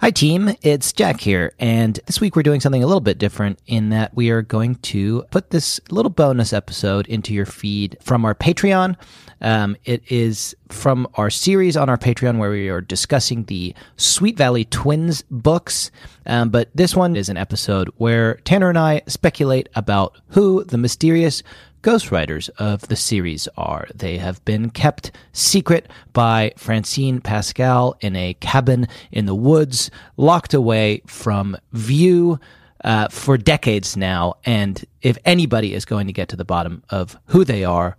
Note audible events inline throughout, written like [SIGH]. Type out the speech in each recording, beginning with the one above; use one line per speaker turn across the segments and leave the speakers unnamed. Hi, team. It's Jack here. And this week we're doing something a little bit different in that we are going to put this little bonus episode into your feed from our Patreon. Um, it is from our series on our Patreon where we are discussing the Sweet Valley Twins books. Um, but this one is an episode where Tanner and I speculate about who the mysterious ghostwriters of the series are. They have been kept secret by Francine Pascal in a cabin in the woods, locked away from view uh, for decades now. And if anybody is going to get to the bottom of who they are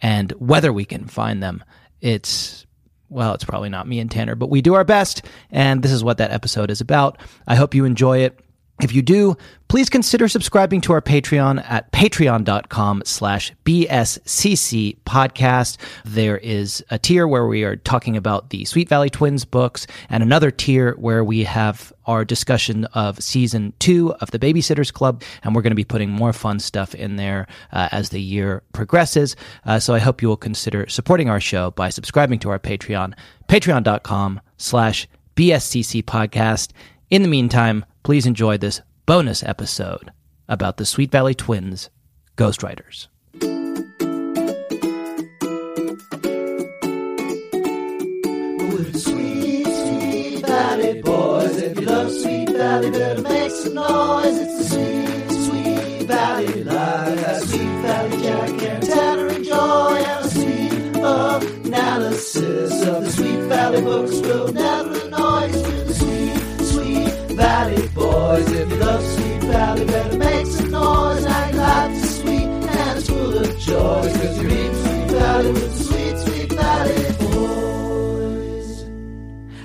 and whether we can find them, it's well, it's probably not me and Tanner, but we do our best. And this is what that episode is about. I hope you enjoy it. If you do, please consider subscribing to our Patreon at patreon.com slash BSCC podcast. There is a tier where we are talking about the Sweet Valley Twins books and another tier where we have our discussion of season two of the Babysitters Club. And we're going to be putting more fun stuff in there uh, as the year progresses. Uh, so I hope you will consider supporting our show by subscribing to our Patreon, patreon.com slash BSCC podcast. In the meantime, please enjoy this bonus episode about the Sweet Valley Twins ghostwriters.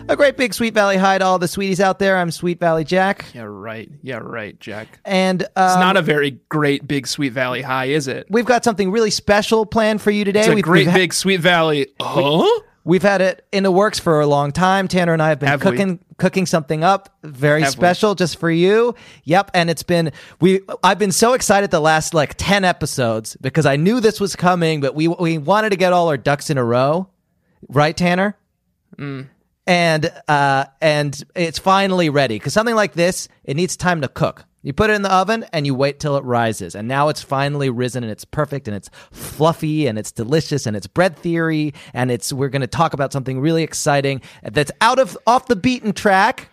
A great big Sweet Valley hi to all the sweeties out there. I'm Sweet Valley Jack.
Yeah, right. Yeah, right, Jack.
And um,
It's not a very great big Sweet Valley high, is it?
we've got something really special planned for you today.
It's a
we've,
great
we've, ha-
big Sweet Valley. Huh?
we've had it in the works for a long time. Tanner and I have been
Have we?
cooking cooking something up very
Have we?
special just for you. Yep, and it's been we I've been so excited the last like 10 episodes because I knew this was coming, but we we wanted to get all our ducks in a row. Right, Tanner? and uh, and it's finally ready because something like this it needs time to cook you put it in the oven and you wait till it rises and now it's finally risen and it's perfect and it's fluffy and it's delicious and it's bread theory and it's we're going to talk about something really exciting that's out of off the beaten track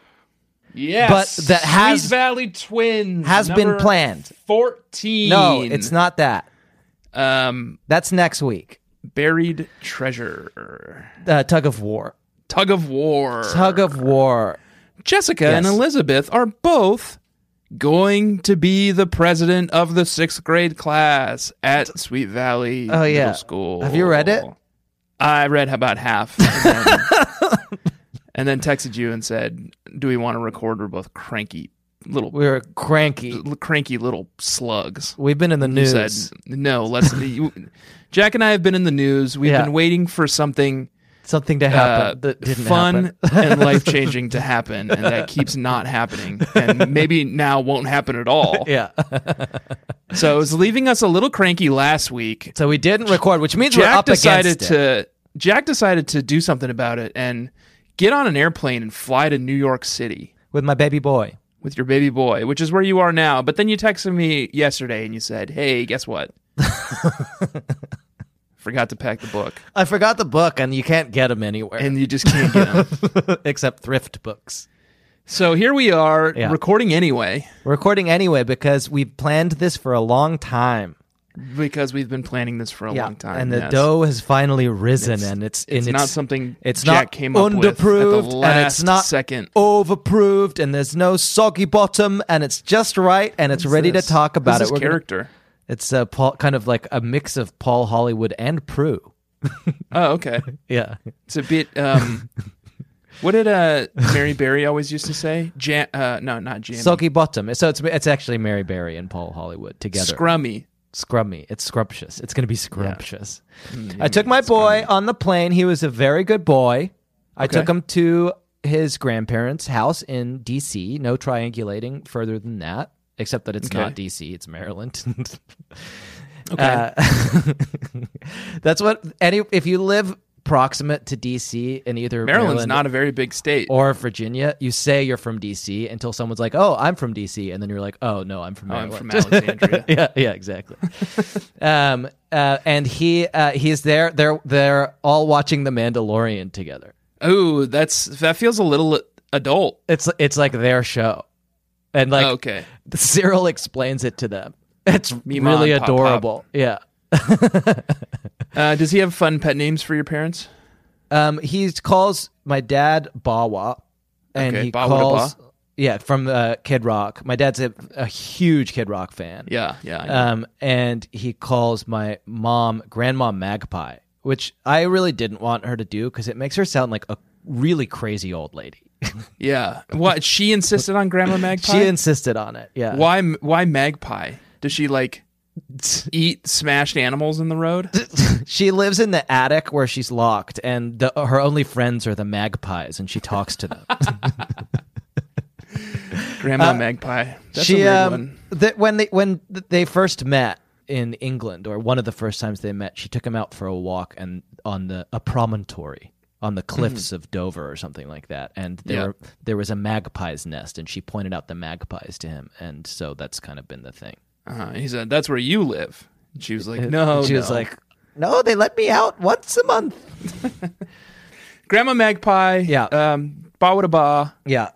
Yes.
But that has-
Sweet Valley Twins
has been
number
planned.
14.
no it's not that
Um,
that's next week
buried treasure.
uh, tug of war
Tug of war.
tug of war
Jessica and
Yes.
Elizabeth are both going to be the president of the sixth grade class at Sweet Valley
Oh, yeah.
Middle School.
Have you read it?
I read
[LAUGHS]
about half. And then, and then texted you and said, Do we want to record? We're both cranky little
we were cranky
cranky little slugs.
we've been in the
You
news
said no, let's you, Jack and I have been in the news. We've
Yeah.
been waiting for something
something to
uh,
happen that didn't
fun
happen.
[LAUGHS] and life changing to happen, and that keeps not happening, and maybe now won't happen at all.
[LAUGHS] [LAUGHS] yeah
So it was leaving us a little cranky last week.
so we didn't record which means we're
Jack
up
decided
against it.
to Jack decided to do something about it and get on an airplane and fly to New York City
with my baby boy.
with your baby boy, which is where you are now. But then you texted me yesterday and you said, "Hey,
[LAUGHS]
guess what? Forgot to pack the book,
I forgot the book, and you can't get them anywhere
[LAUGHS] and you just can't get
[LAUGHS]
them."
except thrift books.
so here we are
Yeah.
recording anyway
We're recording anyway because we've planned this for a long time.
because we've been planning this for a long time,
and the
yes.
dough has finally risen, and it's in
It's not something
it's
Jack
not
came up with at the
underproved, and
last
it's not
second.
overproved, and there's no soggy bottom, and it's just right, and it's ready
This-
to talk about
this
it.
is
We're gonna-
character.
it's uh, Paul, kind of like a mix of Paul Hollywood and Prue.
Oh, okay.
Yeah, [LAUGHS]
It's a bit. Um, what did uh, Mary Berry always used to say? Jam? Uh, no, not jammy.
soggy bottom. So it's it's actually Mary Berry and Paul Hollywood together.
Scrummy.
Scrummy. It's scrumptious. It's going to be scrumptious. I took my boy on the plane. He was a very good boy. I
Okay.
took him to his grandparents' house in D.C. No triangulating further than that, except that it's
Okay.
not D.C., it's Maryland.
[LAUGHS] Okay.
[LAUGHS] Uh, that's what any if you live proximate to DC in either
Maryland's
Maryland
not a very big state.
or Virginia. You say you're from DC until someone's like, "Oh, I'm from DC," and then you're like, "Oh no, I'm from
Oh, I'm
Maryland." [LAUGHS]
from Alexandria.
yeah, [LAUGHS] yeah, exactly. um, uh, and he uh, he's there. They're they're all watching The Mandalorian together.
Ooh, that's that feels a little adult.
It's it's like their show, and like
Oh, okay.
Cyril explains it to them. [LAUGHS] It's
Mima
really
and Pop Pop.
adorable. Yeah.
Uh, does he have fun pet names for your parents?
Um, he calls my dad Bawa, and
Okay,
he
Bawa to
calls
Ba.
yeah from uh, Kid Rock. My dad's a, a huge Kid Rock fan.
Yeah, yeah. I know.
Um, and he calls my mom Grandma Magpie, which I really didn't want her to do because it makes her sound like a really crazy old lady. [LAUGHS]
yeah. What she insisted on Grandma Magpie?
she insisted on it. Yeah.
why why magpie? Does she like eat smashed animals in the road?
[LAUGHS] She lives in the attic where she's locked, and the, her only friends are the magpies, and she talks to them.
Grandma Magpie. That's a
Uh, she
weird
um,
one.
That when they when th- they first met in England, or one of the first times they met, she took him out for a walk and on the a promontory on the cliffs of Dover or something like that, and there
Mm-hmm. Yeah.
were, there was a magpie's nest, and she pointed out the magpies to him, and so that's kind of been the thing.
Uh, he said, "That's where you live." And she was like, "No."
she was
no."
like, "No, they let me out once a month."
"Grandma Magpie."
Yeah.
Um, ba wa da ba.
Yeah,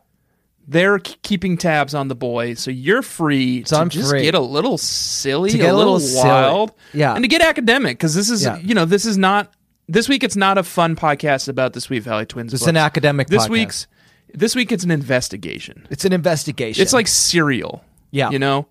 They're k- keeping tabs on the boy, so you're free to
I'm
just
free.
get a little silly,
get
a
a
little,
little silly.
wild,
Yeah.
and to get academic because this is,
Yeah.
you know, this is not this week. It's not a fun podcast about the Sweet Valley Twins.
it's an
books.
academic.
This
podcast.
week's this week it's an investigation.
it's an investigation.
It's like cereal.
Yeah.
You know?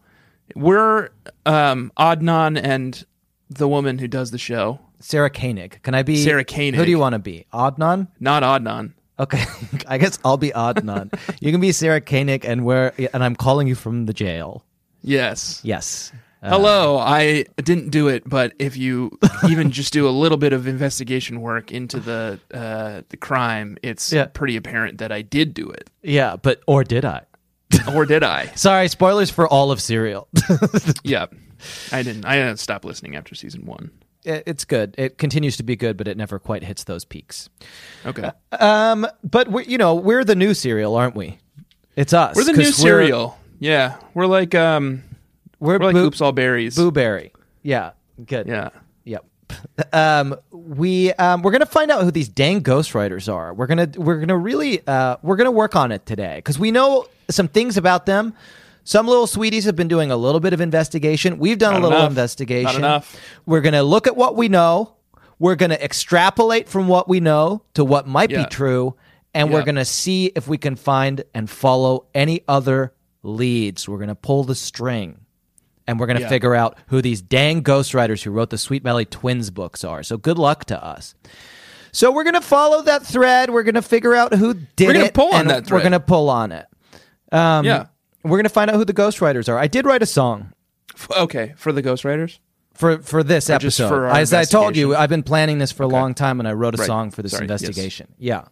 We're um Adnan and the woman who does the show.
Sarah Koenig. Can I be
Sarah Koenig.
Who do you want to be? Adnan.
Not Adnan.
Okay, [LAUGHS] I guess I'll be Adnan. you can be Sarah Koenig, and we're and I'm calling you from the jail.
Yes.
Yes. Uh,
Hello. I didn't do it, but if you [LAUGHS] even just do a little bit of investigation work into the uh the crime, it's
Yeah.
pretty apparent that I did do it.
yeah, but or did I?
Or did
[LAUGHS]
I?
Sorry, spoilers for all of Serial. [LAUGHS]
yeah. I didn't I didn't stop listening after season one.
It- it's good. It continues to be good, but it never quite hits those peaks.
Okay.
Um, but we, you know, we're the new Serial, aren't we? It's us.
We're the
'cause
new cereal. Yeah. We're like um
We're,
we're like
boo-
oops all berries.
blueberry. Yeah, good.
Yeah.
Yep. Um, we um, we're gonna find out who these dang ghostwriters are. We're gonna we're gonna really uh, we're gonna work on it today because we know some things about them. Some little sweeties have been doing a little bit of investigation. We've done
Not
a little
enough.
investigation.
Not enough.
We're gonna look at what we know. We're gonna extrapolate from what we know to what might
Yeah.
be true, and we're
Yeah.
gonna see if we can find and follow any other leads. We're gonna pull the string and we're going to
Yeah.
figure out who these dang ghostwriters who wrote the Sweet Valley Twins books are. So good luck to us. So we're going to follow that thread. We're going to figure out who did
We're gonna
it.
pull on
and
that
We're
thread.
going to pull on it. Um,
yeah.
We're going to find out who the ghostwriters are. I did write a song
F- okay, for the ghostwriters?
for for this
just
episode.
for our
As I told you,
investigation.
I've been planning this for a long time, and I wrote a
Right.
song for this
Sorry. Yes.
investigation. Yeah.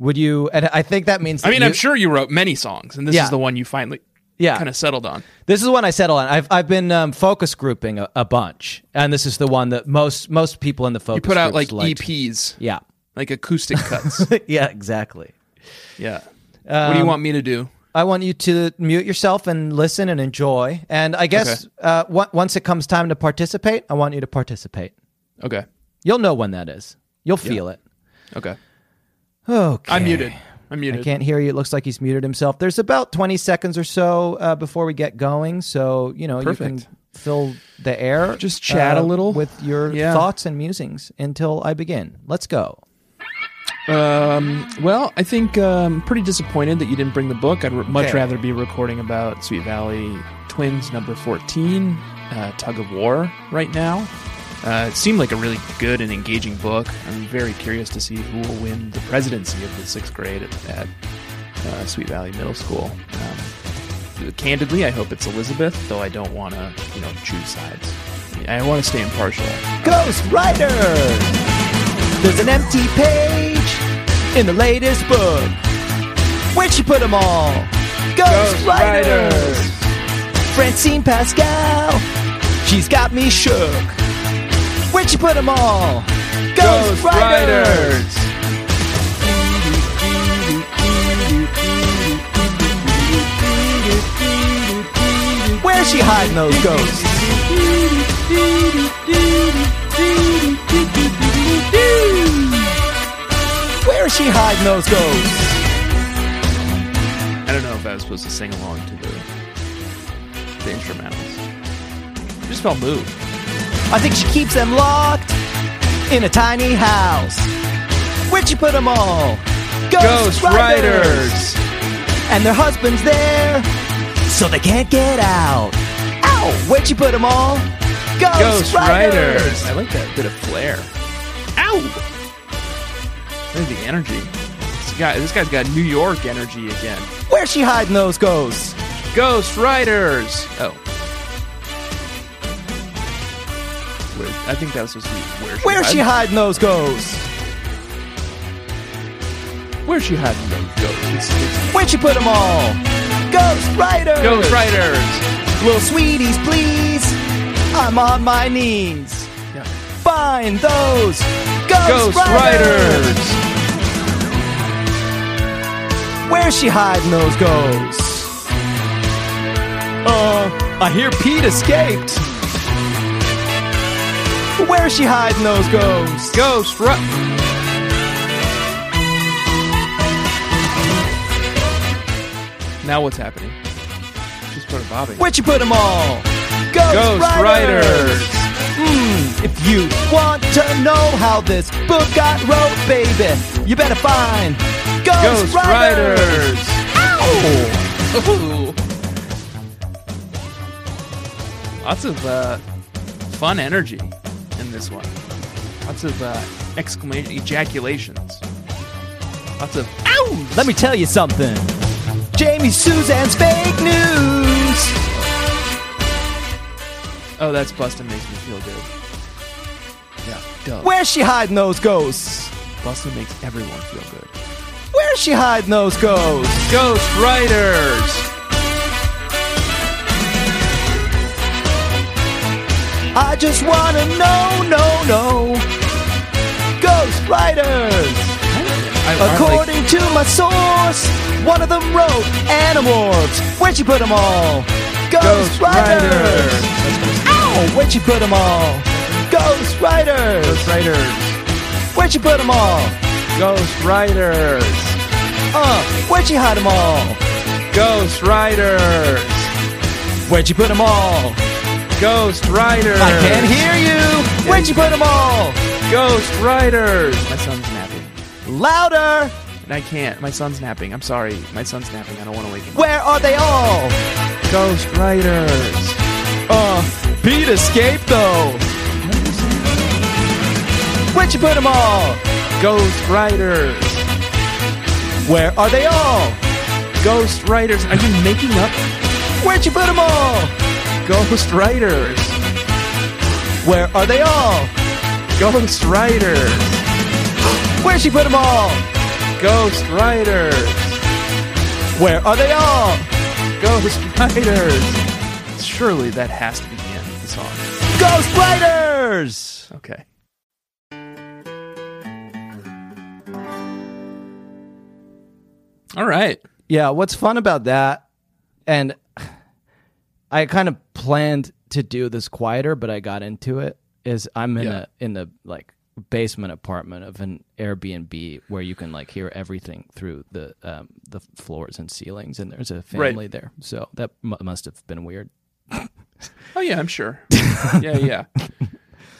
Would you? And I think that means.
I
that
mean,
you-
I'm sure you wrote many songs, and this
Yeah.
is the one you finally
Yeah.
kind of settled on.
This is one I settle on. I've I've been um, focus grouping a, a bunch, and this is the one that most most people in the focus
You put out
groups
like E
liked.
EPs,
Yeah.
like acoustic cuts.
[LAUGHS] yeah, exactly.
yeah. what do you want me to do?
I want you to mute yourself and listen and enjoy. And I guess uh, on- once it comes time to participate, I want you to participate.
Okay.
You'll know when that is. You'll feel it.
Okay.
Okay.
I'm muted. I'm
I
muted.
can't hear you. It looks like he's muted himself. There's about 20 seconds or so uh, before we get going. So, you know, you
Perfect.
can fill the air. uh,
Just chat a little.
with your
Yeah.
thoughts and musings until I begin. Let's go.
Um, well, I think um, pretty disappointed that you didn't bring the book. I'd r much
Okay.
rather be recording about Sweet Valley Twins number 14, uh, Tug of War, right now. Uh, it seemed like a really good and engaging book. I'm very curious to see who will win the presidency of the sixth grade at, at uh, Sweet Valley Middle School. Um, candidly, I hope it's Elizabeth, though I don't want to, you know, choose sides. I want to stay impartial.
Ghost Rider! There's an empty page in the latest book. Where'd she put them all? Ghost, Riders! Francine Pascal, she's got me shook. Where'd she put them all? Ghost, Riders! Where's she hiding those ghosts? Where is she hiding those ghosts?
I don't know if I was supposed to sing along to the the instrumentals. I just felt moved.
I think she keeps them locked in a tiny house. Where'd she put them all?
Ghost Riders!
and their husband's there, so they can't get out. Ow! Where'd you put them all? Ghost,
Ghost
Riders.
Riders! I like that bit of flair. Ow! There's the energy. This guy, this guy's got New York energy again.
Where's she hiding those ghosts?
Ghost Riders! Oh. Where, I think that was supposed to be where she
Where's she
hid-
hiding those ghosts?
Where's she hiding those ghosts? It's, it's
Where'd you put them all? Ghost Riders.
Ghost Riders!
Little sweeties, please. I'm on my knees.
Yeah.
Find those Ghost,
Ghost Riders!
Where's she hiding those ghosts? Uh, I hear Pete escaped. Where's she hiding those ghosts?
Ghost Riders! Now what's happening? She's part of Bobby.
Where'd you put them all? Ghost,
Ghost Riders!
Mm, if you want to know how this book got wrote, baby, you better find Ghost, Oh,
Ghost Riders!
Ow!
Lots of uh, fun energy in this one. Lots of uh, exclamation, ejaculations. Lots of ow!
Let me tell you something. Jamie Suzanne's fake news.
Oh, that's Bustin' makes me feel good. Yeah, duh.
Where's she hiding those ghosts?
Bustin' makes everyone feel good.
Where's she hiding those ghosts?
Ghost Riders.
I just wanna know, no, no. Ghost Riders!
I, I like-
According to my source, one of them wrote Animorphs. Where'd you put them all? Ghost,
Ghost
Riders!
Riders.
Ow! Where'd you put them all? Ghost Riders!
Ghost Riders.
Where'd you put them all?
Ghost Riders.
Uh, where'd you hide them all?
Ghost Riders.
Where'd you put them all?
Ghost Riders.
I can't hear you! Where'd you put them all?
Ghost Riders. My son's napping.
Louder!
And I can't. My son's napping. I'm sorry. My son's napping. I don't want to wake him.
Where are they all?
up. Ghost Riders.
Uh, Pete escaped though. Where'd you put them all?
Ghost Riders.
Where are they all?
Ghost Riders. Are you making up
Where'd you put them all?
Ghost Riders?
Where are they all?
Ghost Riders.
Where'd she put them all?
Ghost Riders.
Where are they all?
Ghost Riders. Surely that has to be the end of the song.
Ghost Riders!
Okay. All right.
Yeah, what's fun about that, and I kind of planned to do this quieter, but I got into it. Is I'm in
Yeah.
a in the like basement apartment of an Airbnb where you can like hear everything through the um, the floors and ceilings, and there's a family there, so that mu must have been weird.
Oh yeah, I'm sure. yeah, yeah.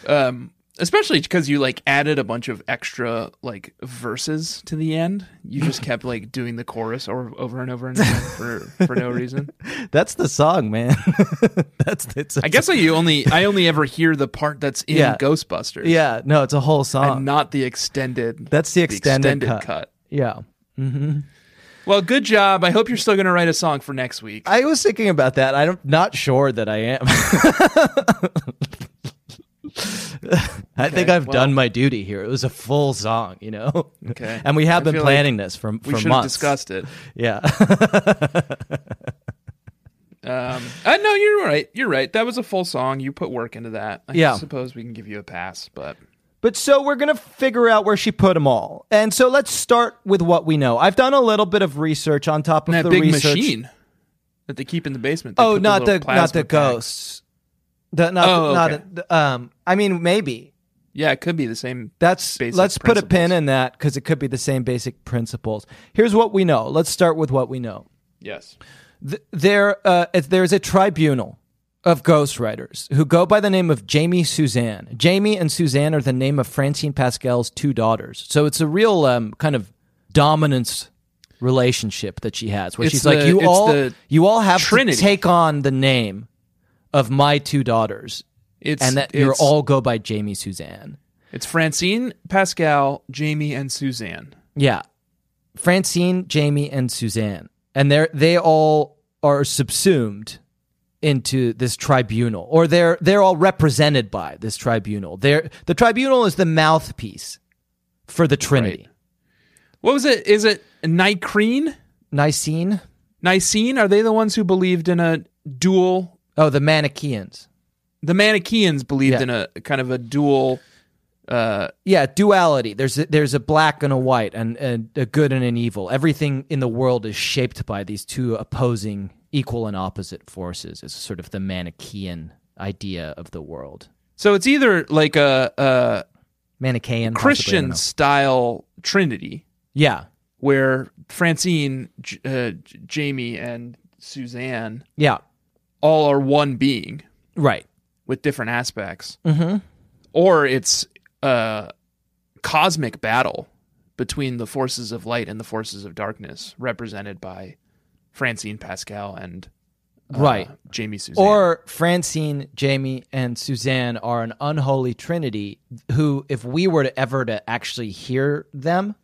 Um, especially because you like added a bunch of extra like verses to the end. You just kept like doing the chorus or over and over and over for for no reason.
[LAUGHS] That's the song, man. [LAUGHS] that's it's
I guess I you only I only ever hear the part that's in
Yeah.
Ghostbusters.
yeah. No, it's a whole song.
And not the extended.
That's the extended, cut.
cut.
Yeah.
Well, good job. I hope you're still going to write a song for next week.
I was thinking about that. I'm not sure that I am. [LAUGHS] I think I've
well-
done my duty here. It was a full song, you know?
Okay.
[LAUGHS] And we have
I
been
feel like
planning this for,
We
for
should have
months.
discussed it.
[LAUGHS] Yeah.
Um, uh, no, you're right. You're right. That was a full song. You put work into that. I
Yeah.
suppose we can give you a pass, but
But so we're going to figure out where she put them all. And so let's start with what we know. I've done a little bit of research on top of
And that
the
big
research.
machine that they keep in the basement. They
Oh,
put
not
little
the not
plasma
the
pack.
ghosts. The, not
Oh,
not
okay.
the- um I mean maybe
Yeah, it could be the same.
that's
Basic
let's put a pin
principles.
in that cuz it could be the same basic principles. Here's what we know. Let's start with what we know.
Yes.
Th- there uh, is- there's a tribunal of ghostwriters who go by the name of Jamie Suzanne. Jamie and Suzanne are the name of Francine Pascal's two daughters. So it's a real um, kind of dominance relationship that she has where
It's
she's
the-
like you
it's
all
the
you all have
Trinity.
to take on the name of my two daughters
It's
and that you're
it's-
all go by Jamie Suzanne.
It's Francine, Pascal, Jamie, and Suzanne.
Yeah. Francine, Jamie, and Suzanne. And they're they all are subsumed into this tribunal. Or they're they're all represented by this tribunal. They're, the tribunal is the mouthpiece for the Trinity.
What was it? Is it Nicrene?
Nicene?
Nicene? Are they the ones who believed in a dual?
Oh, the Manichaeans.
The Manichaeans believed
Yeah.
in a kind of a dual. Uh,
Yeah, duality. There's a, there's a black and a white and, and a good and an evil. Everything in the world is shaped by these two opposing equal and opposite forces. It's sort of the Manichaean idea of the world.
so it's either like a, a
Manichaean possibly, I don't
Christian
know.
style Trinity
Yeah,
where Francine, J- uh, J- Jamie, and Suzanne
yeah,
all are one being
right.
with different aspects, mm-hmm. or it's a cosmic battle between the forces of light and the forces of darkness, represented by Francine Pascal and uh,
Right.
Jamie Suzanne.
Or Francine, Jamie, and Suzanne are an unholy trinity who, if we were to ever to actually hear them,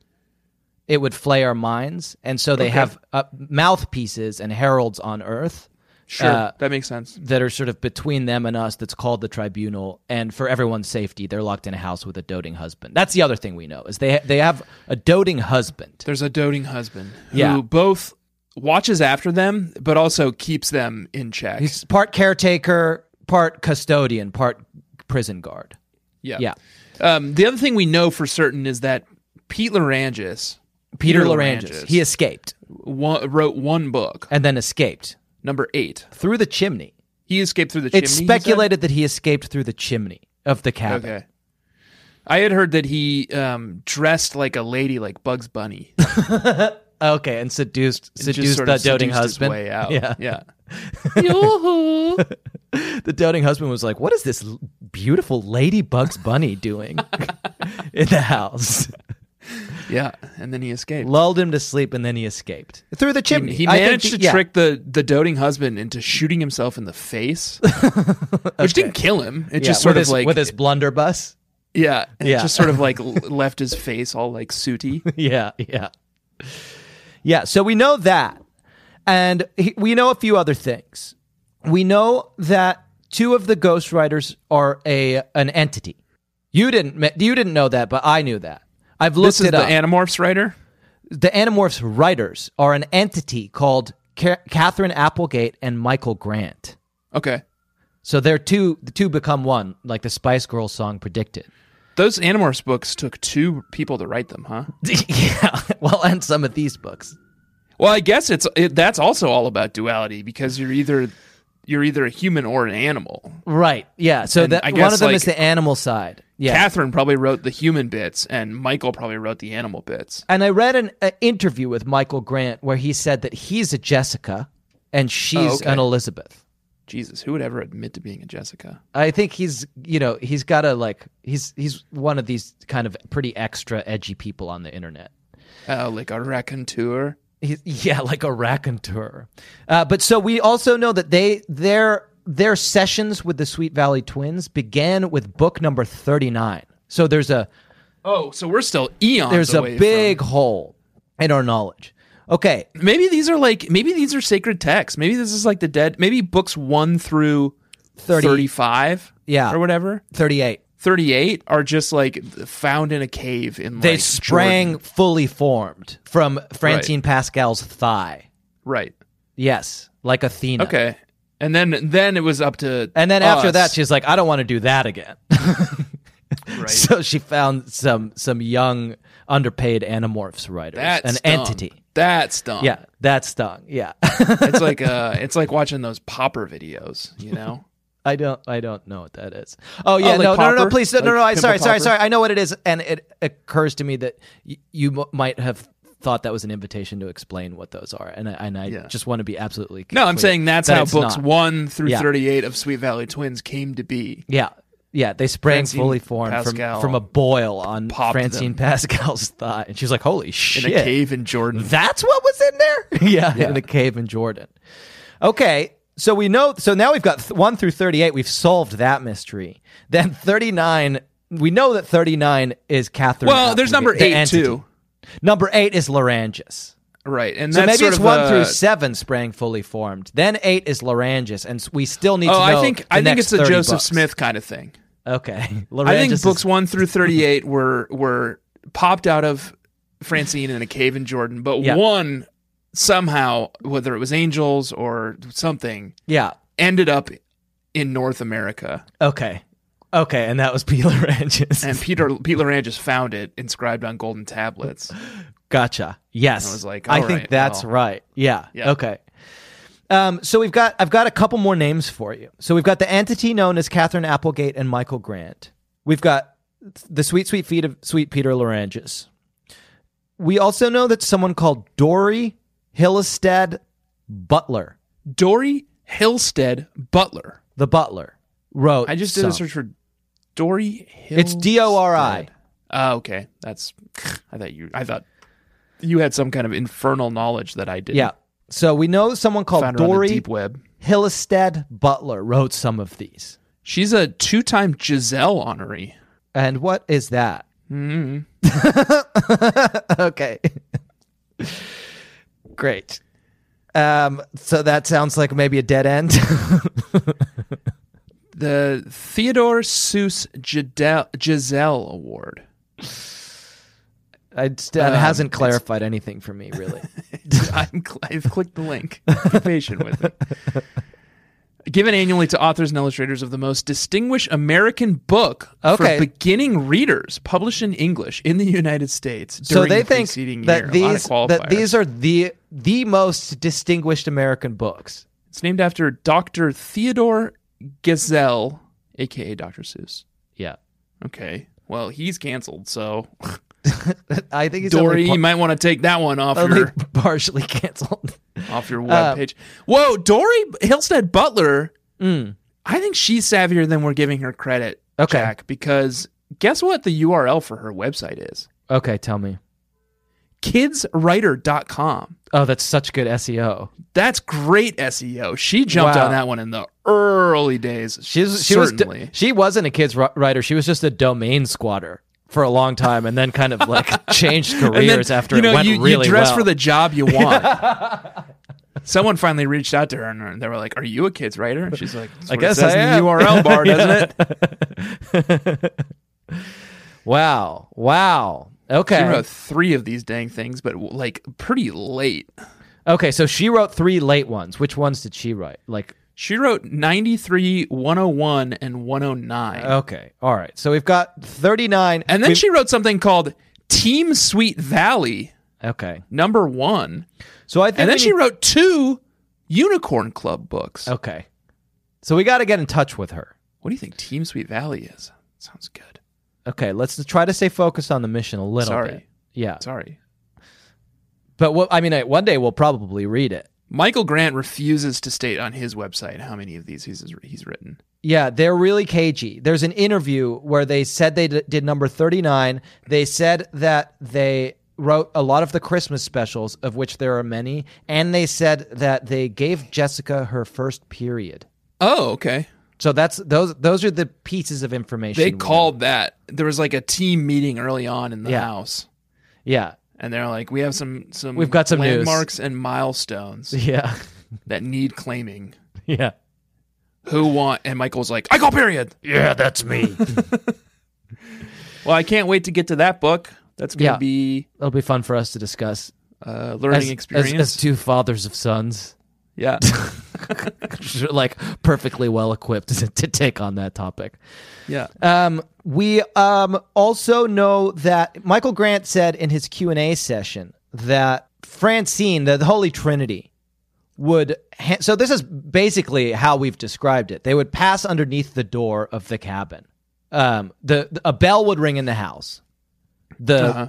it would flay our minds. And so they
Okay.
have uh, mouthpieces and heralds on earth.
sure,
uh,
that makes sense.
that are sort of between them and us that's called the tribunal and for everyone's safety they're locked in a house with a doting husband that's the other thing we know is they they have a doting husband
There's a doting husband
Yeah.
who both watches after them, but also keeps them in check.
he's part caretaker part custodian part prison guard
yeah.
yeah
Um, the other thing we know for certain is that Pete Larangis
Peter,
Peter
Larangis.
Larangis.
He escaped
wa- wrote one book,
and then escaped
number eight.
through the chimney.
He escaped through the chimney.
It's
he said?
speculated that he escaped through the chimney of the cabin.
Okay. I had heard that he um, dressed like a lady, like Bugs
[LAUGHS]
Bunny, and
Okay, and seduced
just
seduced
sort
the
of
doting
seduced
husband.
His way out.
Yeah.
yeah.
[LAUGHS] The doting husband was like, "What is this l- beautiful lady Bugs Bunny
[LAUGHS]
doing in the house?"
Yeah. And then he escaped.
Lulled him to sleep and then he escaped through the chimney.
He
I think
managed
the-
to
yeah.
trick the, the doting husband into shooting himself in
[LAUGHS]
the face, which didn't kill him. It
Yeah,
just sort
with
of
his,
like
with his blunderbuss.
yeah, it
Yeah.
just sort of [LAUGHS] like l- left his face all like sooty.
yeah, yeah. Yeah, so we know that. And he, we know a few other things. We know that two of the ghostwriters are a an entity. You didn't ma- you didn't know that, but I knew that. I've looked
This is
it
the
up.
Animorphs writer.
the Animorphs writers are an entity called Ca- Catherine Applegate and Michael Grant.
Okay,
So they're two the two become one, like the Spice Girls song predicted. [LAUGHS]
those Animorphs books took two people to write them, huh?
yeah. Well, and some of these books.
Well, I guess it's it, that's also all about duality because you're either you're either a human or an animal.
Right. Yeah. So
And
that
I
one
guess,
of them
like,
is the animal side. Yeah.
Catherine probably wrote the human bits, and Michael probably wrote the animal bits.
and I read an uh, interview with Michael Grant where he said that he's a Jessica and she's
Oh, okay.
an Elizabeth.
Jesus, who would ever admit to being a Jessica?
I think he's, you know, he's got a like he's he's one of these kind of pretty extra edgy people on the internet.
Oh, like a raconteur.
He's, [LAUGHS] yeah, like a raconteur. Uh, but so we also know that they their their sessions with the Sweet Valley Twins began with book number thirty nine. So there's a
Oh, so we're still eons.
there's a
away
big hole in our knowledge. Okay,
from- Maybe these are like maybe these are sacred texts. Maybe this is like the dead. Maybe books one through
30.
thirty-five,
Yeah.
or whatever.
38.
Thirty-eight are just like found in a cave in.
They
like,
sprang
Jordan.
fully formed from Francine Pascal's thigh.
right.
Yes, like Athena.
Okay. Oh, And then then it was up to
And then after [LAUGHS]
us.
that, she's like, I don't want to do that again.
Right.
So she found some some young underpaid Animorphs writers,
That's
an
dumb.
entity.
That's dumb.
Yeah, that stung. Yeah, [LAUGHS]
it's like uh, it's like watching those popper videos.
[LAUGHS]
You know,
I don't I don't know what that is. Oh yeah,
like
no, no, no, no,
Popper?
please, no, no,
Like
no. I,
Pimple
sorry, sorry,
Popper?
sorry. I know what it is, and it occurs to me that y- you m- might have thought that was an invitation to explain what those are, and I, and I
Yeah.
just want to be absolutely
no, I'm
clear
saying that's
that
how
it's
books
not.
one through
Yeah.
38 of Sweet Valley Twins came to be.
Yeah. Yeah, they sprang
Francine
fully formed
Pascal
from from a boil on
popped
Francine Pascal's [LAUGHS] thigh, and she's like, "Holy
In
shit!"
a cave in Jordan.
That's what was in there? yeah,
[LAUGHS] Yeah.
in a cave in Jordan. Okay. So we know so now we've got th- 1 through 38 we've solved that mystery. Then 39 we know that 39 is Catherine.
Well, there's
Atwood,
number
the
eight,
entity.
too.
Number 8 is Laryngus.
Right, and
So
that's
maybe
sort
it's
of
1
a-
through 7 sprang fully formed. Then 8 is Laryngus and s- we still need to
Oh,
know
I think
the
I think
next
it's a
30
Joseph
books.
Smith kind of thing.
Okay. [LAUGHS]
I
Laryngus
think
is-
books
[LAUGHS]
one through 38 were were popped out of Francine in a cave in Jordan, but
Yeah.
one somehow, whether it was angels or something,
Yeah.
ended up in North America.
Okay. Okay, and that was P. [LAUGHS] Laryngus.
and Peter Pete Larangis found it inscribed on golden tablets.
Gotcha. Yes.
I was like,
I
all
think
right,
that's
well.
right. Yeah.
Yeah.
Okay. Um, so we've got I've got a couple more names for you. So we've got the entity known as Catherine Applegate and Michael Grant. We've got the sweet sweet feet of sweet Peter Larangis. We also know that someone called Dory Hillestead Butler,
Dory Hillstead Butler.
the Butler, wrote.
I just did
some.
a search for Dory Hill.
It's D O R I.
Oh, okay. That's I thought you I thought you had some kind of infernal knowledge that I didn't.
Yeah. So we know someone called
Found her on the
Dory
deep web.
Hillestead Butler wrote some of these.
She's a two-time Giselle honoree.
And what is that?
Mm.
[LAUGHS] okay. Great. Um, so that sounds like maybe a dead
[LAUGHS]
end.
The Theodore Seuss Gidel- Giselle Award. [LAUGHS]
I just, that
Um,
hasn't
it's-
clarified anything for me,
[LAUGHS]
really.
I'm cl- I've clicked the link. Be patient with me. Given annually to authors and illustrators of the most distinguished American book
Okay.
for beginning readers, published in English in the United States.
so
during
they
the
think
preceding year.
that
A lot of
these that
qualifiers.
these are the the most distinguished American books.
It's named after Dr. Theodore Gazelle, aka Dr. Seuss.
Yeah,
Okay. Well, he's canceled, so
[LAUGHS]
[LAUGHS]
I think it's
Dory, you
only,
might want to take that one off
par- only
your
[LAUGHS] partially canceled.
off your webpage. Whoa, Dory Hillstead Butler
Mm.
I think she's savvier than we're giving her credit,
Okay.
Jack, because guess what the URL for her website is?
Okay, tell me.
Kidswriter.com.
Oh, that's such good SEO.
That's great SEO. She jumped
Wow.
on that one in the early days.
She's she
certainly.
was she wasn't a kids ri- writer. She was just a domain squatter for a long time, and then kind of
[LAUGHS]
like changed
and then,
careers after
you know,
it went
you, you
really
dress
well.
for the job you
[LAUGHS]
want. Someone finally reached out to her and they were like, "Are you a kids writer?" And she's like, "That's
I
what it
guess
says
I
in
am."
the
[LAUGHS]
URL bar, doesn't it?"
wow, wow. Okay,
She wrote three of these dang things, but like pretty late.
okay. So she wrote three late ones. Which ones did she write? Like,
She wrote 93, 101, and 109.
okay, all right. So we've got thirty nine,
And then she wrote something called Team Sweet Valley,
okay.
number one.
So I think
And then
we
she
need-
wrote two Unicorn Club books.
okay. So we got to get in touch with her.
What do you think Team Sweet Valley is? Sounds good.
Okay, let's try to stay focused on the mission a little
Sorry.
bit. Yeah,
Sorry.
but what I mean, I- one day we'll probably read it.
Michael Grant refuses to state on his website how many of these he's, he's written.
Yeah, they're really cagey. There's an interview where they said they d- did number 39. They said that they wrote a lot of the Christmas specials, of which there are many, and they said that they gave Jessica her first period.
Oh, okay.
So that's those those are the pieces of information.
They
we
called that. There was like a team meeting early on in the
Yeah.
house.
know. Yeah.
And they're like, we have some, some
We've got some news."
landmarks and milestones
Yeah. [LAUGHS]
that need claiming.
Yeah.
Who want? And Michael's like, I go period.
Yeah, that's me.
[LAUGHS] Well, I can't wait to get to that book. That's going to
Yeah.
be
It'll be fun for us to discuss
uh,
as,
learning
as, [LAUGHS]
experience.
as two fathers of sons. [LAUGHS]
Yeah.
like perfectly well equipped [LAUGHS] to, to take on that topic.
Yeah.
Um, we um, also know that Michael Grant said in his Q and A session that Francine, the, the Holy Trinity, would. Ha- so this is basically how we've described it. They would pass underneath the door of the cabin. Um, the, the- a bell would ring in the house. The
Uh-huh.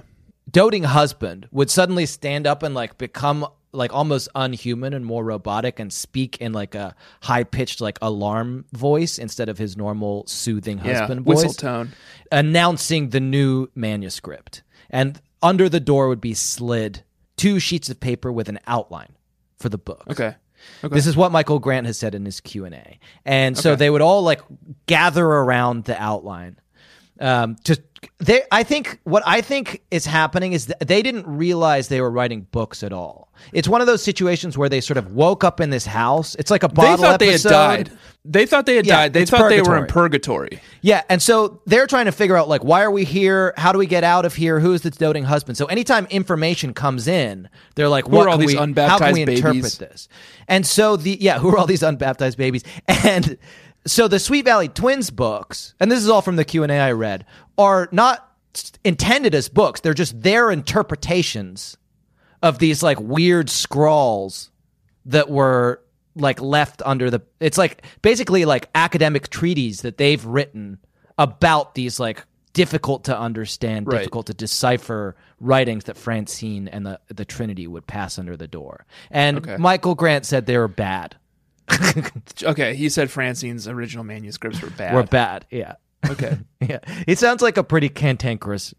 doting husband would suddenly stand up and like become like almost unhuman and more robotic and speak in like a high pitched like alarm voice instead of his normal soothing
Yeah.
husband
Whistle
voice
tone.
announcing the new manuscript. And under the door would be slid two sheets of paper with an outline for the book.
Okay. Okay.
This is what Michael Grant has said in his Q and A, and so they would all like gather around the outline. Um, to they, I think what I think is happening is that they didn't realize they were writing books at all. It's one of those situations where they sort of woke up in this house. It's like a
they
bottle
thought they had
episode.
died. They thought they had
Yeah,
died. They
it's
thought they were in
purgatory.
purgatory.
Yeah, and so they're trying to figure out like why are we here? How do we get out of here? Who is this doting husband? So anytime information comes in, they're like,
are
what
all
can
these
we, how
unbaptized
can we interpret
babies?
this? And so the yeah, [LAUGHS] who are all these unbaptized babies? And so the Sweet Valley Twins books, and this is all from the Q and A I read, are not s- intended as books. They're just their interpretations of these like weird scrawls that were like left under the it's like basically like academic treaties that they've written about these like difficult to understand
Right.
difficult to decipher writings that francine and the, the trinity would pass under the door and
Okay.
michael grant said they were bad
Okay. He said Francine's original manuscripts were bad.
were bad yeah [LAUGHS]
Okay.
yeah he sounds like a pretty cantankerous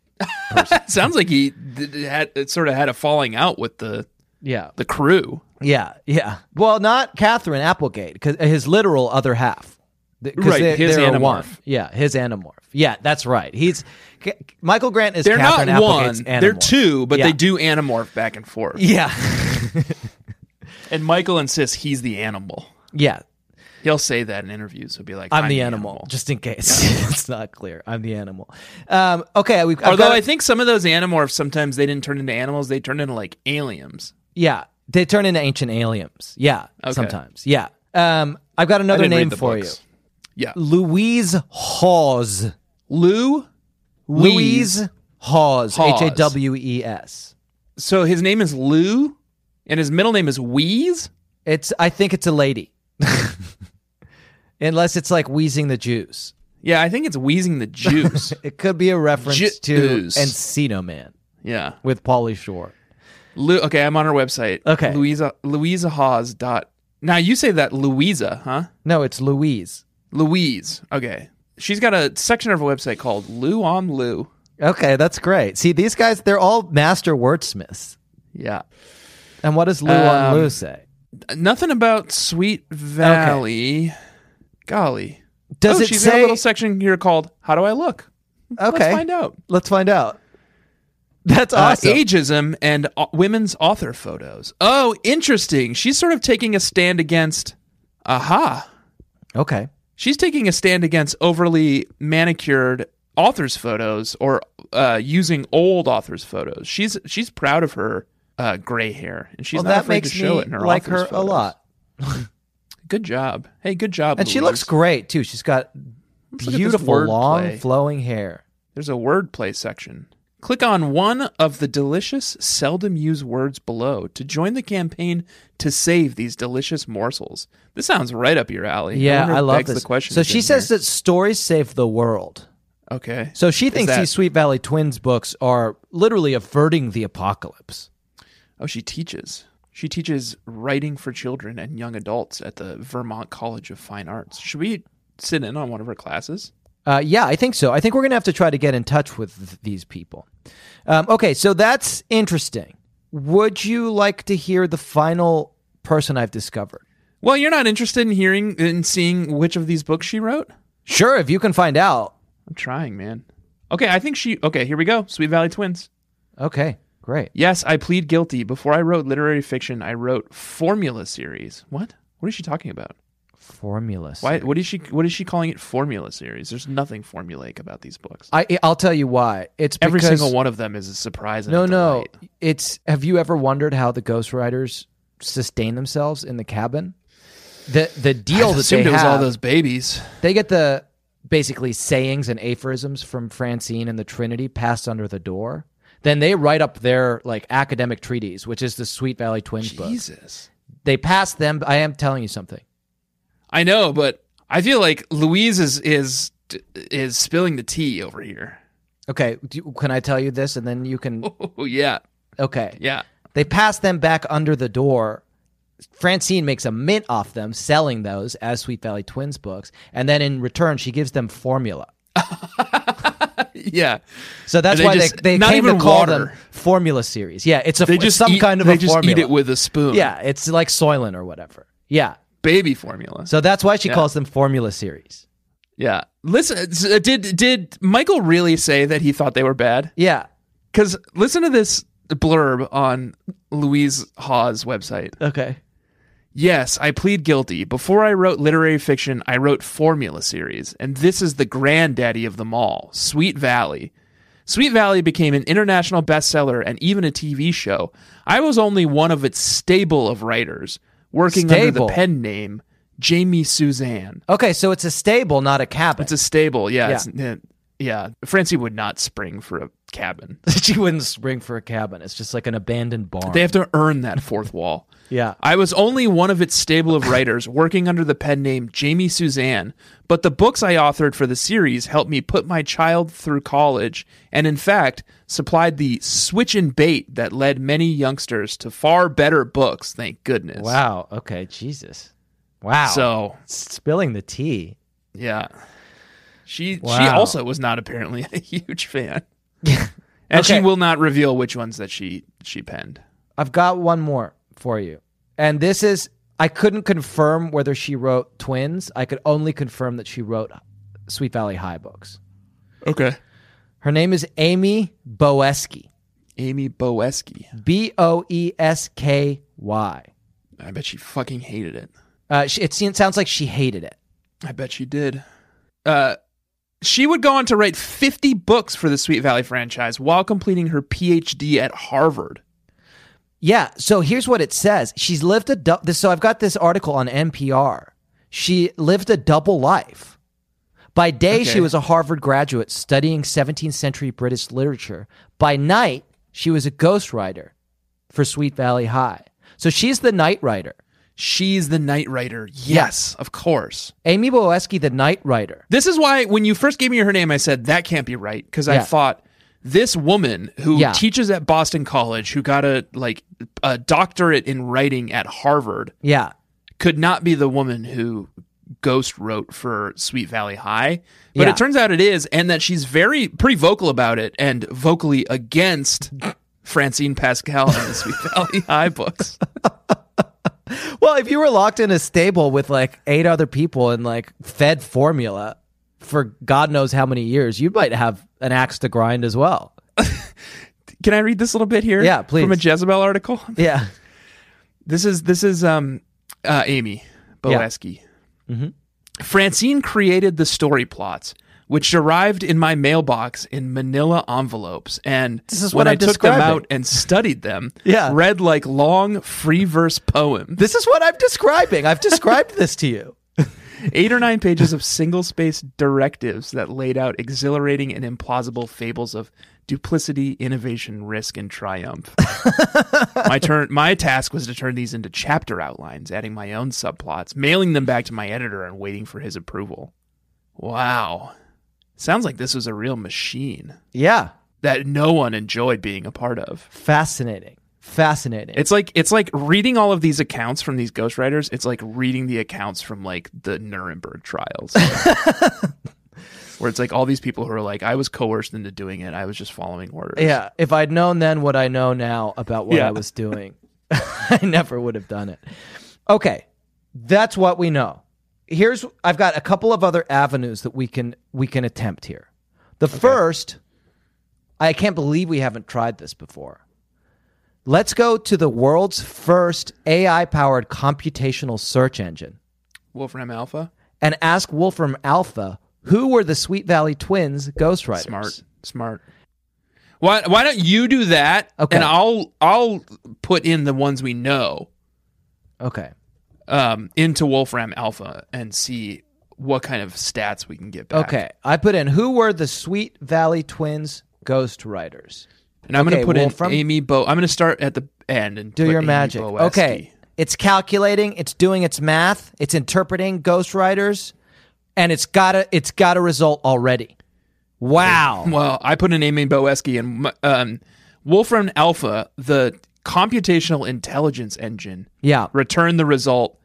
Sounds like he d- d- had it sort of had a falling out with the
yeah
the crew.
yeah yeah well not catherine applegate because his literal other half Th- 'cause
Right,
they-
his
they're
anamorph.
one. Yeah, his anamorph. Yeah, that's right. He's C- Michael Grant is
They're
Catherine
not one.
Applegate's
They're
anamorph.
two, but
Yeah.
they do anamorph back and forth.
Yeah, [LAUGHS]
And Michael insists he's the animal.
yeah.
He'll say that in interviews. He'll be like,
I'm, the, animal, just in case [LAUGHS] it's not clear. I'm the animal. Um, okay, we.
Although I think some of those animorphs sometimes they didn't turn into animals; they turned into like aliens.
yeah, they turn into ancient aliens. Yeah,
Okay.
sometimes. Yeah. Um, I've got another name for you.
you. Yeah,
Louise Hawes.
Lou.
Louise Hawes.
Hawes.
H a w e s.
So his name is Lou, and his middle name is Wheeze.
It's. I think it's a [LAUGHS] lady. Unless it's like wheezing the Jews.
Yeah, I think it's Wheezing
[LAUGHS]
the Juice.
It could be a reference
Jit
to
ooze.
Encino Man
yeah,
with Pauly Shore.
Lou. Okay, I'm on her website.
Okay.
Louisa Louisa Hawes dot. Now you say that Louisa, huh?
No, it's Louise.
Louise. Okay, she's got a section of her website called Lou on Lou.
Okay, that's great. See, these guys, they're all master wordsmiths.
Yeah.
And what does Lou on
Um,
Lou say?
Nothing about Sweet Valley. Golly.
Does
oh,
it
she's got
say?
a little section here called "How do I look?"
okay,
Let's find out.
Let's find out. That's
Uh,
awesome.
ageism and au- women's author photos. Oh, interesting. She's sort of taking a stand against. Aha.
okay.
She's taking a stand against overly manicured authors' photos or uh, using old authors' photos. She's she's proud of her uh, gray hair, and she's
Well,
not
that
afraid
makes
to show
me
it in her
like
authors'
her a
photos.
lot.
Good job. Hey, good job.
And she
Louise.
looks great too. She's got
look at this
beautiful, long,
wordplay.
flowing hair.
There's a wordplay section. Click on one of the delicious, seldom used words below to join the campaign to save these delicious morsels. This sounds right up your alley.
Yeah,
wonder
I,
if
love
Begs
this.
The question
so
is
she
in
says
here.
that stories save the world.
okay.
So she thinks
that-
these Sweet Valley Twins books are literally averting the apocalypse.
Oh, she teaches. She teaches writing for children and young adults at the Vermont College of Fine Arts. Should we sit in on one of her classes?
Uh, yeah, I think so. I think we're going to have to try to get in touch with th- these people. Um, okay, so that's interesting. Would you like to hear the final person I've discovered?
Well, you're not interested in hearing and seeing which of these books she wrote?
Sure, if you can find out.
I'm trying, man. Okay, I think she. Okay, here we go. Sweet Valley Twins.
Okay, great.
Yes, I plead guilty. Before I wrote literary fiction, I wrote formula series. What? What is she talking about?
Formulas.
Why? What is she? What is she calling it? Formula series. There's nothing formulaic about these books.
I, I'll tell you why. It's
Every
because-
single one of them is a surprise. And
No,
a
no.
delight.
It's have you ever wondered how the ghostwriters sustain themselves in the cabin. The the deal
I
that
assumed
they
it was
have,
all those babies.
they get the basically sayings and aphorisms from Francine and the Trinity passed under the door. Then they write up their like academic treatise, which is the Sweet Valley Twins book.
Jesus.
They pass them. I am telling you something.
I know, but I feel like Louise is is is spilling the tea over here.
Okay, do, you- can I tell you this, and then you can?
[LAUGHS] Oh yeah,
Okay,
yeah.
They pass them back under the door. Francine makes a mint off them, selling those as Sweet Valley Twins books, and then in return she gives them formula.
Yeah,
So that's
And they
why
just-
they, they
not
came to
even
call
water.
them formula series. Yeah, it's a
they
it's
just
some
eat-
kind of
they
a
just
formula.
eat it with a spoon.
yeah, it's like Soylent or whatever. Yeah,
baby formula.
so that's why she
Yeah.
calls them formula series.
yeah, listen. s- uh, Did did Michael really say that he thought they were bad?
Yeah.
Because listen to this blurb on Louise Haw's website.
Okay.
Yes, I plead guilty. Before I wrote literary fiction, I wrote formula series, and this is the granddaddy of them all Sweet Valley. Sweet Valley became an international bestseller and even a TV show. I was only one of its stable of writers, working under
Stable.
the pen name Jamie Suzanne.
Okay, so it's a stable, not a cabin. [LAUGHS]
It's a stable, yeah. Yeah, it's, eh, yeah. Francie would not spring for a cabin.
she wouldn't spring for a cabin. It's just like an abandoned barn.
They have to earn that fourth wall.
yeah.
I was only one of its stable of writers working under the pen name Jamie Suzanne, but the books I authored for the series helped me put my child through college and, in fact, supplied the switch and bait that led many youngsters to far better books, thank goodness.
Wow. Okay. Jesus. Wow.
So,
spilling the tea.
yeah. She she
Wow.
also was not apparently [LAUGHS] a huge fan. And
[LAUGHS]
she
Okay.
will not reveal which ones that she she penned.
I've got one more for you. And this is I couldn't confirm whether she wrote twins. I could only confirm that she wrote Sweet Valley High books.
Okay.
Her name is Amy Boesky.
Amy Boesky.
B O E S K Y.
I bet she fucking hated it.
Uh, she- it, se- it sounds like she hated it.
I bet she did. Uh, she would go on to write 50 books for the Sweet Valley franchise while completing her PhD at Harvard.
Yeah. So here's what it says. She's lived a du- this. So I've got this article on NPR. She lived a double life. By day,
Okay.
she was a Harvard graduate studying 17th century British literature. By night, she was a ghostwriter for Sweet Valley High. So she's the night writer.
She's the Knight Rider. Yes, of course.
Amy Boesky, the night writer.
This is why when you first gave me her name, I said, that can't be right. Because I
Yeah.
thought this woman who
Yeah.
teaches at Boston College, who got a like a doctorate in writing at Harvard,
Yeah.
could not be the woman who ghost wrote for Sweet Valley High. But
Yeah.
it turns out it is, and that she's very pretty vocal about it and vocally against Francine Pascal and the Sweet Valley
[LAUGHS]
High books.
Well, if you were locked in a stable with like eight other people and like fed formula for God knows how many years, you might have an axe to grind as well.
Can I read this little bit here?
Yeah, please.
From a Jezebel article.
Yeah.
This is this is um uh Amy Boesky.
Mm-hmm.
Francine created the story plots, which arrived in my mailbox in manila envelopes, and
This is
when
what
I
I'm
took them
describing.
out and studied them,
[LAUGHS] Yeah.
read like long free verse poems.
This is what I'm describing. I've described this to you.
Eight or nine pages of single space directives that laid out exhilarating and implausible fables of duplicity, innovation, risk, and triumph. my turn my task was to turn these into chapter outlines, adding my own subplots, mailing them back to my editor and waiting for his approval. Wow. Sounds like this was a real machine
[LAUGHS] Yeah.
that no one enjoyed being a part of.
Fascinating. Fascinating.
It's like it's like reading all of these accounts from these ghostwriters, it's like reading the accounts from like the
[LAUGHS]
Nuremberg trials. Where it's like all these people who are like, I was coerced into doing it. I was just following orders.
yeah. If I'd known then what I know now about what
Yeah.
I was doing, [LAUGHS] I never would have done it. Okay. That's what we know. Here's I've got a couple of other avenues that we can we can attempt here. The first I can't believe we haven't tried this before. Let's go to the world's first AI powered computational search engine.
Wolfram Alpha.
and ask Wolfram Alpha who were the Sweet Valley Twins ghostwriters.
Smart. Smart. Why why don't you do that?
Okay.
And I'll I'll put in the ones we know.
Okay.
um, into Wolfram Alpha and see what kind of stats we can get back.
Okay. I put in who were the Sweet Valley Twins ghost writers?
And I'm
Okay,
gonna put
Wolfram-
in Amy Bo. I'm gonna start at the end and
Do
put
your
Amy
magic.
Boesky.
Okay. It's calculating, it's doing its math, it's interpreting ghost writers, and it's got a it's got a result already. Wow.
[LAUGHS] Well, I put in Amy Boesky and um, Wolfram Alpha, the computational intelligence engine.
Yeah.
Return the result.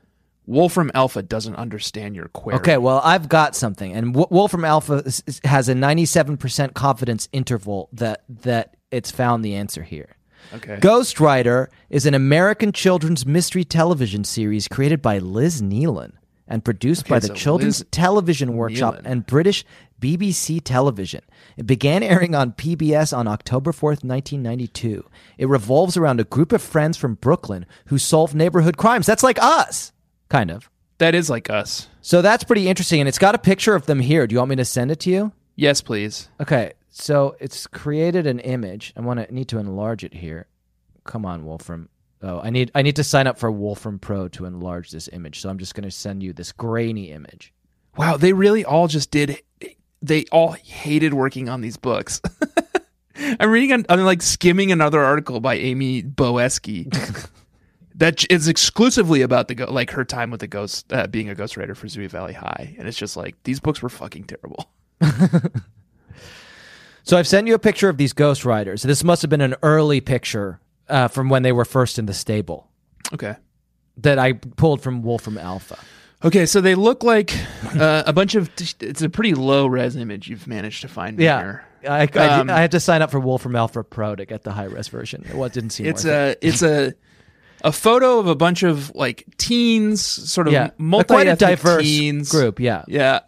Wolfram Alpha doesn't understand your query.
Okay, well, I've got something, and w- Wolfram Alpha is- is- has a 97% confidence interval that that it's found the answer here.
Okay.
Ghostwriter is an American children's mystery television series created by Liz Nealon and produced by the
so
Children's
Liz
Television Workshop
Nealon.
and British BBC Television. It began airing on PBS on October 4th, 1992. It revolves around a group of friends from Brooklyn who solve neighborhood crimes. That's like us, kind of.
That is like us.
So that's pretty interesting. And it's got a picture of them here. Do you want me to send it to you?
Yes, please.
Okay. So it's created an image. I want to need to enlarge it here. Come on, Wolfram. Oh, I need I need to sign up for Wolfram Pro to enlarge this image. So I'm just going to send you this grainy image.
Wow, they really all just did. They all hated working on these books. [LAUGHS] I'm reading. an- I'm like skimming another article by Amy Boesky that is exclusively about the go- like her time with the ghost uh, being a ghostwriter for Zui Valley High, and it's just like these books were fucking terrible.
So I've sent you a picture of these ghost riders. This must have been an early picture uh, from when they were first in the stable
Okay.
that I pulled from Wolfram Alpha.
Okay, so they look like uh, a bunch of. It's a pretty low res image you've managed to find
Yeah.
here.
I, I,
Um,
I had to sign up for Wolfram Alpha Pro to get the high res version. It wa- didn't seem
It's
worth it.
a it's a a photo of a bunch of like teens, sort of
yeah,
multi
quite a diverse
teens
group. Yeah,
Yeah,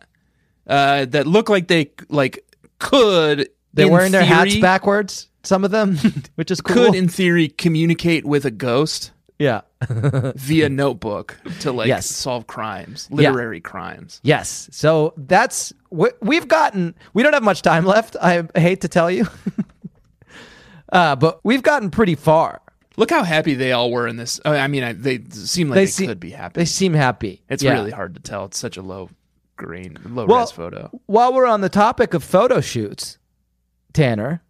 uh, that look like they like could
they're
in
wearing their hats
theory-
backwards. Some of
[LAUGHS]
them, [LAUGHS] which is cool.
Could in theory communicate with a ghost
[LAUGHS] yeah, [LAUGHS]
via notebook to like
Yes.
solve crimes, literary crimes.
yes. So that's we- we've gotten. We don't have much time left. I hate to tell you, [LAUGHS] uh, but we've gotten pretty far.
Look how happy they all were in this. oh, I I mean, I, they seem like they,
se-
could be happy.
They seem happy.
It's
Yeah.
really hard to tell. It's such a low green, low
Well-
res photo.
While we're on the topic of photo shoots, Tanner,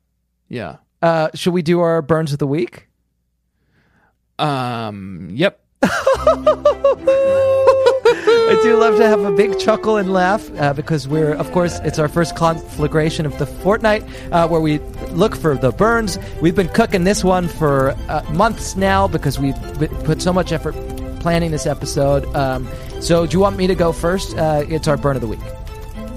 Yeah.
uh, should we do our burns of the week?
Um. Yep.
I do love to have a big chuckle and laugh uh, because we're, of course, it's our first conflagration of the fortnight uh, where we look for the burns. We've been cooking this one for uh, months now because we've b- put so much effort planning this episode. Um, so, do you want me to go first? Uh, it's our burn of the week.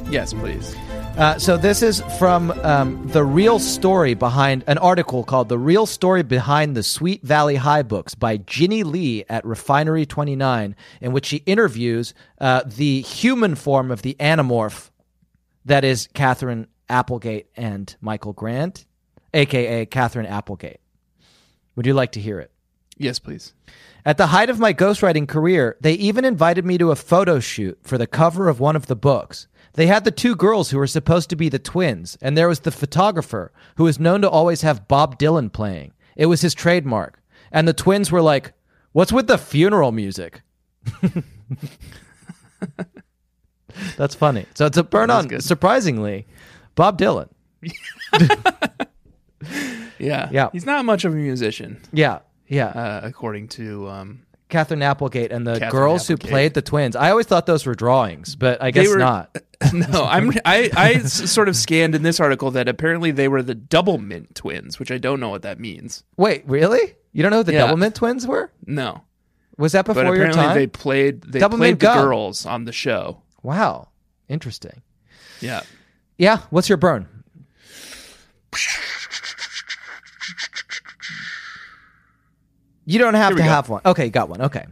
Yes, please.
Uh, so this is from um, the real story behind an article called "The Real Story Behind the Sweet Valley High Books" by Ginny Lee at Refinery Twenty Nine, in which she interviews uh, the human form of the Animorph, that is Catherine Applegate and Michael Grant, aka Catherine Applegate. Would you like to hear it?
Yes, please.
At the height of my ghostwriting career, they even invited me to a photo shoot for the cover of one of the books. They had the two girls who were supposed to be the twins, and there was the photographer who is known to always have Bob Dylan playing. It was his trademark. And the twins were like, What's with the funeral music? [LAUGHS] That's funny. So it's a burn
was
on,
good.
surprisingly, Bob Dylan.
Yeah.
Yeah.
He's not much of a musician,
Yeah. Yeah.
uh, according
[LAUGHS]
to. Um,
Catherine Applegate and the
Catherine
girls who
Applegate.
played the twins. I always thought those were drawings, but I guess
were-
not.
no, I'm. I I s- sort of scanned in this article that apparently they were the double mint twins, which I don't know what that means.
Wait, really? You don't know who the
Yeah.
Double Mint twins were?
No,
Was that
but
before your
apparently
time?
they played. They
Double
played
Mint
the
Gum.
girls on the show.
Wow. Interesting.
Yeah.
Yeah, what's your burn? You don't have
Here we
to
go.
have one. Okay, got one. Okay.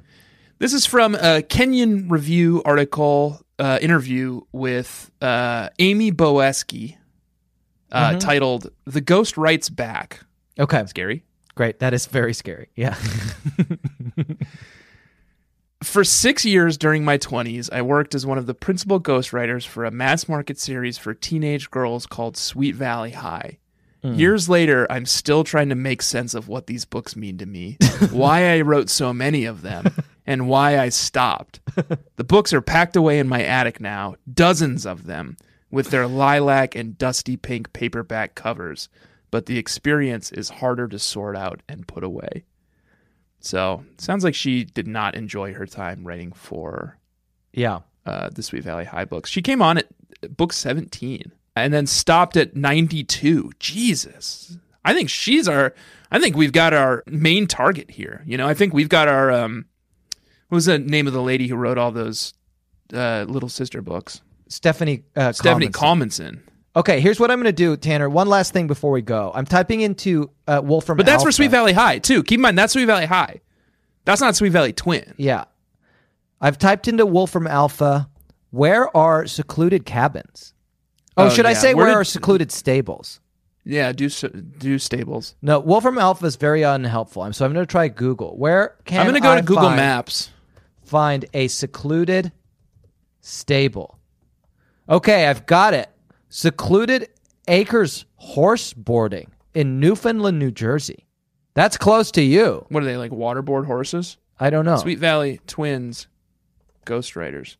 This is from a Kenyon Review article uh, interview with uh, Amy Boesky, uh,
Mm-hmm.
titled "The Ghost Writes Back."
Okay.
Scary.
Great. That is very scary. Yeah. [LAUGHS]
For six years during my 20s, I worked as one of the principal ghostwriters for a mass market series for teenage girls called Sweet Valley High. Years later, I'm still trying to make sense of what these books mean to me, why I wrote so many of them, and why I stopped. the books are packed away in my attic now, dozens of them, with their lilac and dusty pink paperback covers, but the experience is harder to sort out and put away. So, sounds like she did not enjoy her time writing for
Yeah.
uh, the Sweet Valley High books. She came on at uh, book 17 and then stopped at 92. Jesus. I think she's our, I think we've got our main target here. You know, I think we've got our, um, what was the name of the lady who wrote all those uh, Little Sister books?
Stephanie. Uh,
Stephanie
Collinson.
Colmanson.
Okay, here's what I'm going to do, Tanner. One last thing before we go. I'm typing into uh, Wolfram.
But that's for
Alpha.
Sweet Valley High, too. Keep in mind, that's Sweet Valley High. That's not Sweet Valley Twin.
Yeah. I've typed into Wolfram Alpha, where are secluded cabins? Oh,
Oh,
should I
yeah.
say
Where
where,
did-
are secluded stables?
Yeah, do s- do stables.
No, Wolfram Alpha is very unhelpful. I'm- So I'm going to try Google. Where can
I'm going to go
I
to Google
find,
Maps.
find a secluded stable? Okay, I've got it. Secluded acres horse boarding in Newfoundland, New Jersey. That's close to you.
What are they, like waterboard horses?
I don't know.
Sweet Valley Twins, ghostwriters.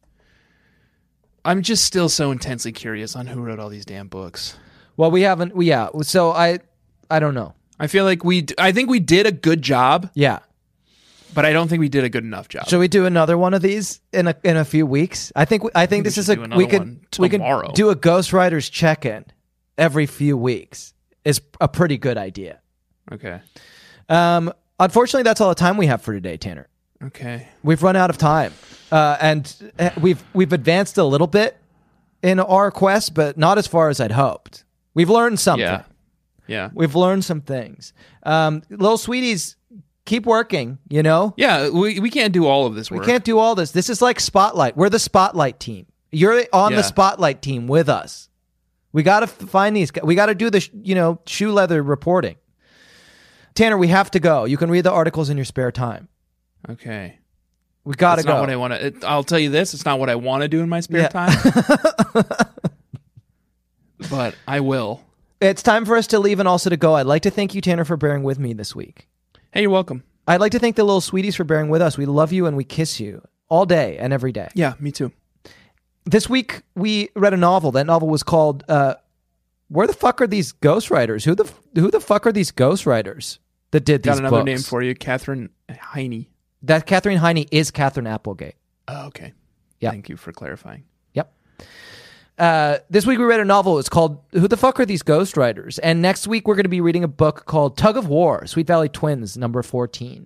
I'm just still so intensely curious on who wrote all these damn books.
Well, we haven't. We, yeah. So I, I don't know.
I feel like we, d- I think we did a good job,
Yeah.
but I don't think we did a good enough job.
Should we do another one of these in a in a few weeks? I think we, I think this
should
is a
do another
we could
one
we could
tomorrow.
do a ghostwriter's check in every few weeks is a pretty good idea.
okay.
Um, unfortunately, that's all the time we have for today, Tanner.
Okay.
We've run out of time, uh, and uh, we've we've advanced a little bit in our quest, but not as far as I'd hoped. We've learned something.
Yeah. Yeah.
We've learned some things. Um, little sweeties, keep working. You know,
Yeah. We, we can't do all of this work.
We can't do all this. This is like spotlight. We're the spotlight team. You're on
Yeah.
the spotlight team with us. We got to find these. guys. We got to do the sh- you know shoe leather reporting. Tanner, we have to go. You can read the articles in your spare time.
Okay.
We got to
That's not
go.
what I want to, I'll tell you this. It's not what I want to do in my spare
Yeah. [LAUGHS]
time, but I will.
it's time for us to leave and also to go. I'd like to thank you, Tanner, for bearing with me this week.
Hey, you're welcome.
I'd like to thank the little sweeties for bearing with us. We love you and we kiss you all day and every day.
Yeah. Me too.
This week we read a novel. That novel was called uh, "Where the fuck are these ghostwriters? Who the f- who the fuck are these ghostwriters that did these
Got another
books?"
name for you, Catherine Heine.
that Catherine Heine is Catherine Applegate.
Oh, okay.
Yeah.
Thank you for clarifying.
Yep. Uh, this week we read a novel. It's called "Who the fuck are these ghostwriters?" And next week we're going to be reading a book called "Tug of War: Sweet Valley Twins" number fourteen.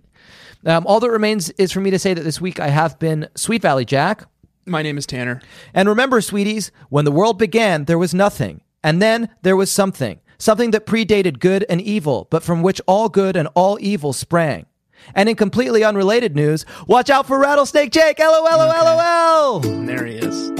Um, all that remains is for me to say that this week I have been Sweet Valley Jack.
My name is Tanner.
And remember, sweeties, when the world began, there was nothing. And then there was something. Something that predated good and evil, but from which all good and all evil sprang. And in completely unrelated news, watch out for Rattlesnake Jake! LOL, LOL!
And there he is.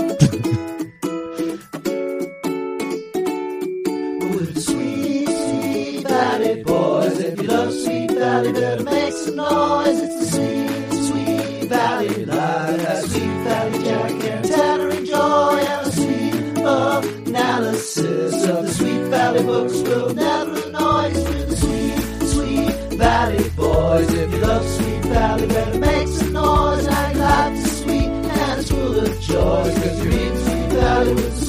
Sweet and it's full of joys, cause you're in Sweet Valley with the